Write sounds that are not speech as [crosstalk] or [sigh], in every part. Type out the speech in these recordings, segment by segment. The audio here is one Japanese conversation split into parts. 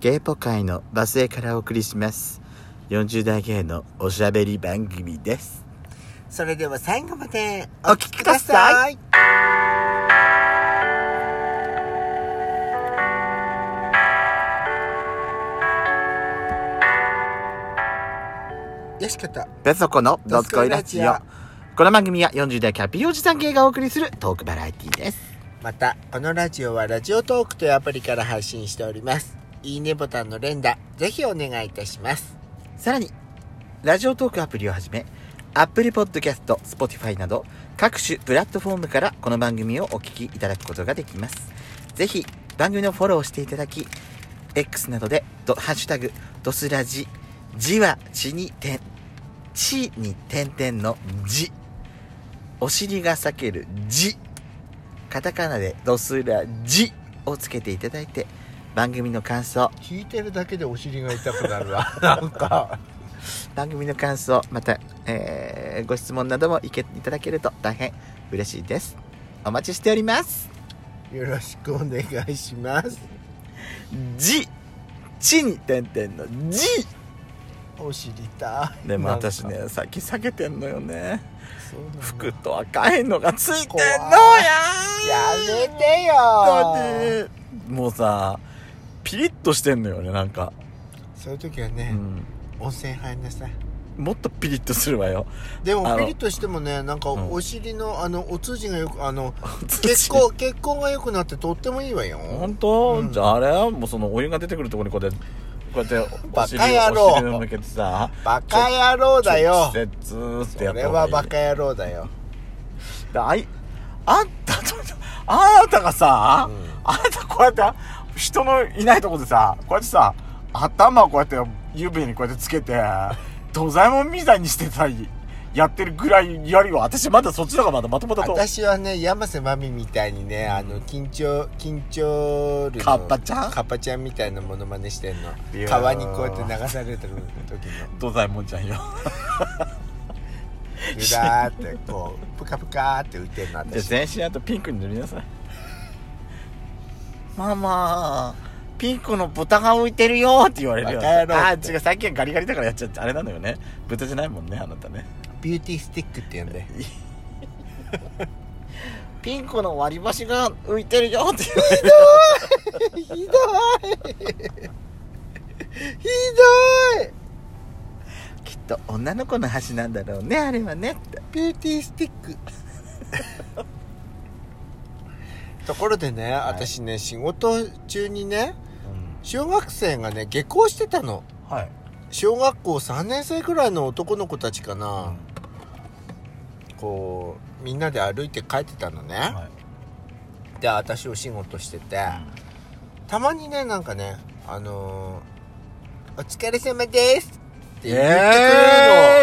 ゲイポ界のバスへからお送りします40代ゲイのおしゃべり番組ですそれでは最後までお聞きくださいよしことベソコのドスコイラジドスコイオラジこの番組は40代キャピーおじさんゲイがお送りするトークバラエティですまたこのラジオはラジオトークというアプリから配信しておりますいいねボタンの連打ぜひお願いいたしますさらにラジオトークアプリをはじめアップルポッドキャスト、スポティファイなど各種プラットフォームからこの番組をお聞きいただくことができます。ぜひ番組のフォローをしていただき、X などでドハッシュタグドスラジ、字は地に点、地に点々の字、お尻が裂ける字、カタカナでドスラジをつけていただいて番組の感想、聞いてるだけでお尻が痛くなる [laughs] わなんか番組の感想また、えーご質問などもいけいただけると大変嬉しいですお待ちしておりますよろしくお願いしますじちに点々のじお尻たいでもなんか私ねさっき避けてんのよねそうなの服と赤いのがついてんのややめてよだってもうさピリッとしてんのよねなんか、そういう時はうね、ん、温泉入んなさいもっとピリッとするわよであものピリとしてもねなんかうんお尻のあのお通じがよくあの血行血行が良くなってとってもいいわよ本当、うんじゃああれはもうそのお湯が出てくるところにこうやってこうやっておバ尻カ野郎お尻を向けてさバカ野郎だよ直接ってやそったれ方がはいいバカ野郎だよ、だあいあんたとあなたがさ、うんあなたこうやって人のいないとこでさこうやってさ頭をこうやって湯船にこうやってつけて土左衛門みたいにしてさやってるぐらいやるよ私まだそっちの方がまだまともだと私はね山瀬まみみたいにねあの緊張緊張るのカッパちゃんカッパちゃんみたいなものまねしてんのいやー川にこうやって流されてる時の土左衛門ちゃんよゆらーってこうプカプカーって浮いてんのじゃあ私全身あとピンクに塗りなさいママピンクの豚が浮いてるよって言われるよバカ野郎あって違う最近ガリガリだからやっちゃってあれなのよね豚じゃないもんねあなたねビューティースティックって言うんでピンクの割り箸が浮いてるよって言われるひどいひどい [laughs] きっと女の子の箸なんだろうねあれはねってビューティースティック [laughs] ところでね、い私ね仕事中にね小学生がね下校してたのはい、小学校3年生くらいの男の子たちかな、こうみんなで歩いて帰ってたのね、はいで私お仕事してて、たまにねなんかねあのーお疲れ様です」って言ってくれるの、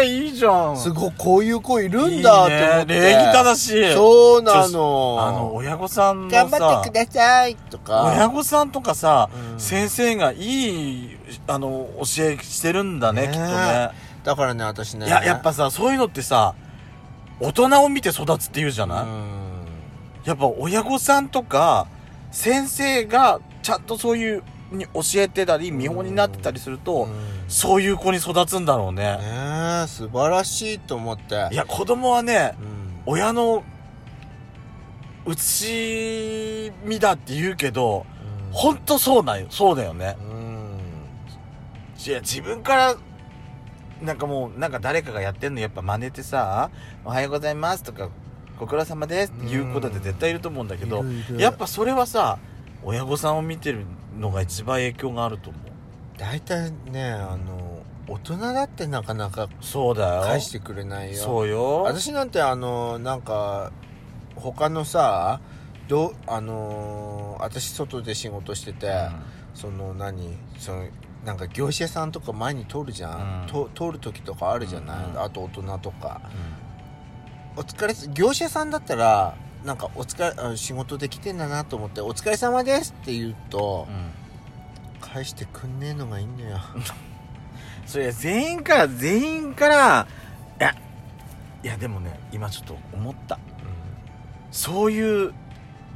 えー、いいじゃんすごいこういう子いるんだって思っていいね礼儀正しいそうなちのあの親御さんのさ頑張ってくださいとか親御さんとかさ、うん先生がいいあの教えしてるんだねねえきっとねだからね私ねいややっぱさそういうのってさ大人を見て育つっていうじゃうない、んやっぱ親御さんとか先生がちゃんとそういうに教えてたり見本になってたりすると、うんねそういう子に育つんだろうね、え素晴らしいと思っていや子供はねうん親の内身だって言うけどほんとそうなんよそうだよねうんいや自分からなんかもうなんか誰かがやってんのやっぱ真似てさ「おはようございます」とか「ご苦労様です」っていう子だって絶対いると思うんだけど、いるいるやっぱそれはさ親御さんを見てるのが一番影響があると思う大体ねあの大人だってなかなかそうだよ返してくれないよそうよ私なんてあのなんか他のさどうあのー私外で仕事してて、その何そのなんか業者さんとか前に通るじゃん、うと通る時とかあるじゃない、うんあと大人とかお疲れ業者さんだったらなんかお疲れあ仕事できてんだなと思って「お疲れ様です」って言うと、うんうん返してくんねえのがいいんだよそれ全員から全員からいやいやでもね今ちょっと思ったそういう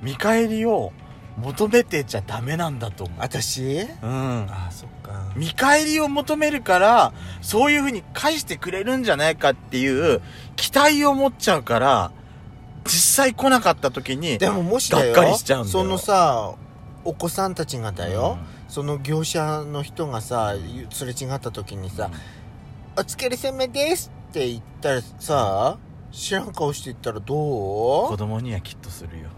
見返りを求めてちゃダメなんだと思私ううんあそっか見返りを求めるからそういうふうに返してくれるんじゃないかっていう期待を持っちゃうから実際来なかった時にでももしだよがっかりしちゃうんだよそのさお子さんたちがだよ、うんその業者の人がさゆすれ違った時にさ「お疲れ様です」って言ったらさ知らん顔して言ったらど子う供にはきっとするよ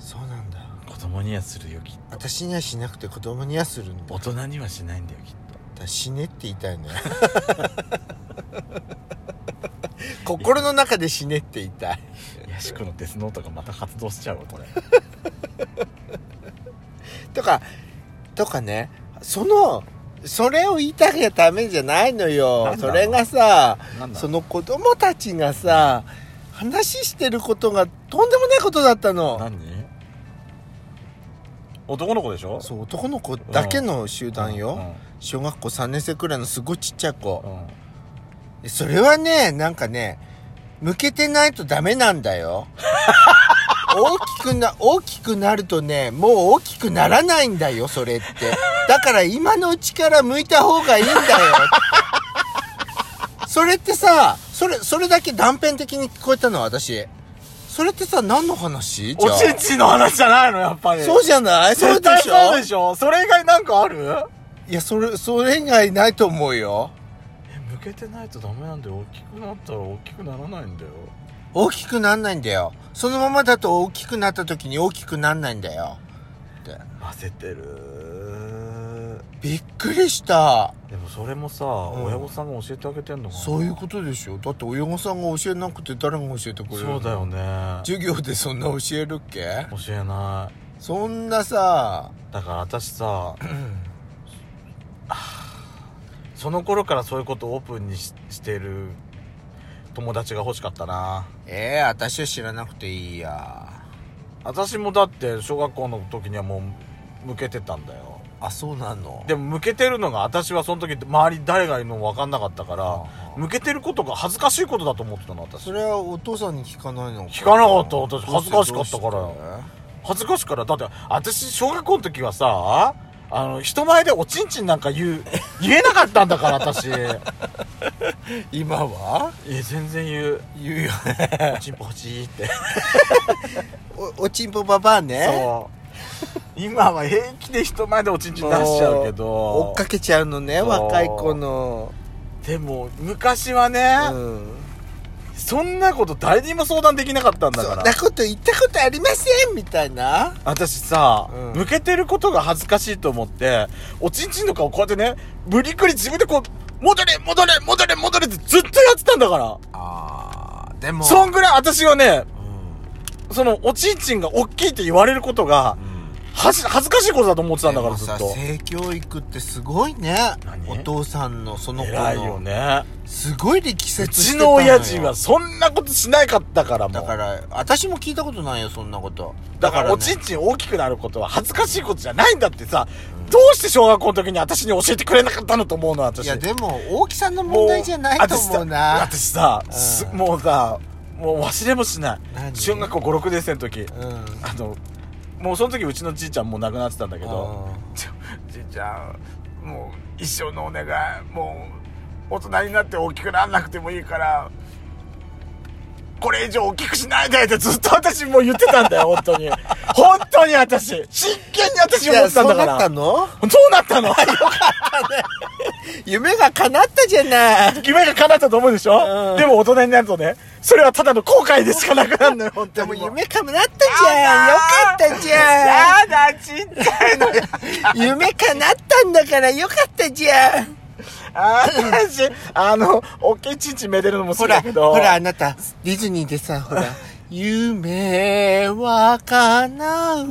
そうなんだ子供にはするよきっと私にはしなくて子供にはするんだ大人にはしないんだよきっとだ死ねって言いた [laughs] いね心の中で死ねって言いたいヤシコのデスノートがまた発動しちゃうわこれとかとかねそのそれを言いたきゃダメじゃないのよなんだそろうれがさなんだその子供たちがさ話してることがとんでもないことだったの何男の子でしょそう男の子だけの集団よ、小学校3年生くらいのすごいちっちゃい子、うんうんそれはね、なんかね、向けてないとダメなん [laughs] だよ。大きくな、大きくなるとね、もう大きくならないんだよ、それって。だから今のうちから向いた方がいいんだよ。それってさ、それ、それだけ断片的に聞こえたの、私。それってさ、何の話じおゃあちんちんの話じゃないのやっぱりそうじゃないそう絶で対しょそうでしょそれ以外なんかあるいや、それ、それ以外ないと思うよ。え向けてないとダメなんだよ大きくなったら大きくならないんだよ大きくなんないんだよそのままだと大きくなった時に大きくなんないんだよって混ぜてるびっくりしたでもそれもさ、ん親御さんが教えてあげてんのかなそういうことでしょだって親御さんが教えなくて誰が教えてくれるのそうだよね授業でそんな教えるっけ教えないそんなさだから私 [clears throat] さその頃からそういうことをオープンにししてる友達が欲しかったなええ私は知らなくていいや私もだって小学校の時にはもう向けてたんだよあそうなのでも向けてるのが私はその時周り誰がいるのも分かんなかったから向けてることが恥ずかしいことだと思ってたの私それはお父さんに聞かないの聞かなかった私恥ずかしかったからどうしてどうして恥ずかしいからだって私小学校の時はさあの人前でおちんちんなんか [laughs] 言う言えなかったんだから私え今は全然言う言うよおちんぽほちーっておおちんぽばばあねそう今は平気で人前でおちんちん出しちゃうけ追どっかけちゃうのねそう若い子のでも昔はね、うんそんなこと誰にも相談できなかったんだそかんらなこと言ったことありませんみたいな私さ、うん向けてることが恥ずかしいと思っておちんちんとかをこうやってね無理くり自分でこう戻れ戻れ戻れ戻れってずっとやってたんだからあーでもそんぐらい私はねうんそのおちんちんが大きいって言われることがはじ恥ずかしいことだと思ってたんだからずっでもとさ性教育ってすごいね何お父さんのその子の偉いよねすごい力う説してちたののよ親父はそんなことしないかったからもうだから私も聞いたことないよそんなことだからねおちんちん大きくなることは恥ずかしいことじゃないんだってさ、どうして小学校の時に私に教えてくれなかったのと思うの私いやでも大きさの問題じゃないと思うな私さ、うんすもうさもう忘れもしない何小学校56年生の時うんあのもうその時うちのじいちゃんもう亡くなってたんだけどあちょじいちゃんもう一生のお願いもう大人になって大きくならなくてもいいからこれ以上大きくしないでってずっと私もう言ってたんだよ本当に本当に私真剣にー私い思やってたんそうだかなったらのそうなったの夢が叶ったじゃない夢が叶ったと思うでしょ、うんでも大人になるとねそれはただの後悔でしかなくなるのよ本で当もに夢叶ったじゃんよかったじゃんやだちっちゃいのや夢叶ったんだからよかったじゃん [laughs] あ私あのおっきいちんちんめでるのも好ほきだらけどほらあなたディズニーでさほら夢は叶う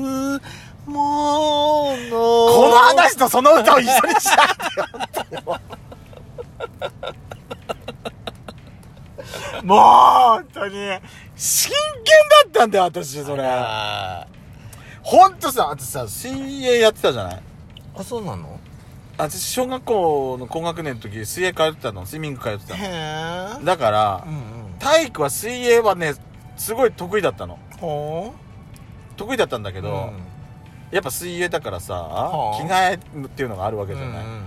もこのこの話とその歌を一緒にしないでよ本 [laughs] 当にもうもう本当に真剣だったんだよ私それあ本当さあとさ水泳やってたじゃないあそうなの私小学校の高学年の時水泳通ってたのスイミング通ってたへのえだからうんうん体育は水泳はねすごい得意だったのほう得意だったんだけけど、ど、やっぱ水泳だからさ、はあ着替えっていうのがあるわけじゃない、うんうん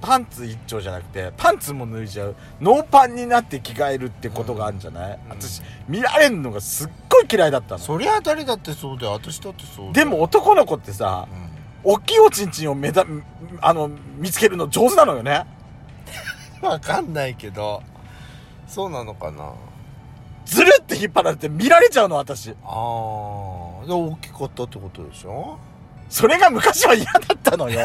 パンツ一丁じゃなくてパンツも脱いじゃうノーパンになって着替えるってことがあるんじゃない、うん私見られんのがすっごい嫌いだったうんのそりゃ誰だってそうだよ私だってそうだでよも、男の子ってさ大きいおちんちんを目だあの見つけるの上手なのよねうん、 [laughs] わかんないけどそうなのかなずるって引っ張られて見られちゃうの私ああで大きかったってことでしょそれが昔は嫌だったのよ、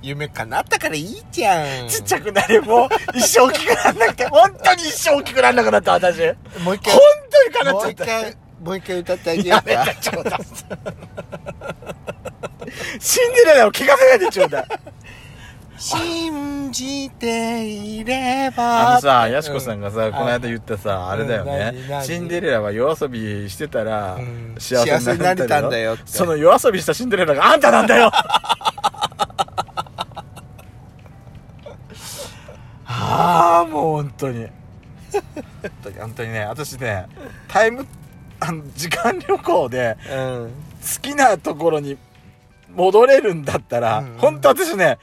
夢叶ったからいいじゃんちっちゃくなれも一生大きくなんなくて本当に一生大きくなんなくなった私本もう一当回にかなっもちゃうっ一た回もう一回歌ってあげよやうめかてちょうだいシンデレラを聞かせないでちょうだい信じていれ [laughs] ばあのさ、やしこさんがさ、うんこの間言ったさ、あれだようん何ね。何シンデレラは夜遊びしてたらうん、幸せになれたん幸せになれたんだだよよっ。っててその夜遊びしたシンデレラがあんたなんだ [laughs] よああ、もう本当に。 [laughs] 本当にね、私ね、タイム、あの、時間旅行でうん好きなところに戻れるんだったらうん、本当私ね、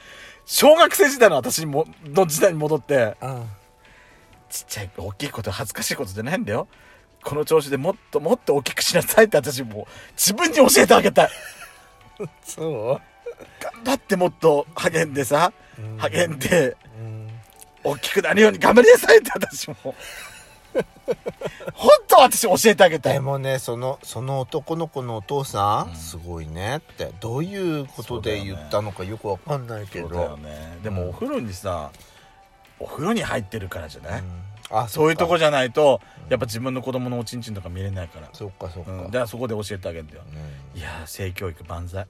小学生時代の私にも、の時代に戻って、うんちっちゃい大きいこと恥ずかしいことじゃないんだよこの調子でもっともっと大きくしなさいって私もう自分に教えてあげたいそ頑張ってもっと励んでさう、うん励んでうん大きくなるように頑張りなさいって私も [laughs] 本当私教えてあげたでいもねそのその男の子のお父さん、すごいねってどういうことで言ったのかよくわかんないけど、ねでもお風呂にさお風呂に入ってるからじゃない、うんあそういうとこじじゃないとやっぱ自分の子供のおちんちんとか見れないからゃ、そっかそっか、うん、うだんからそこで教えてあげるんだよいやー性教育万歳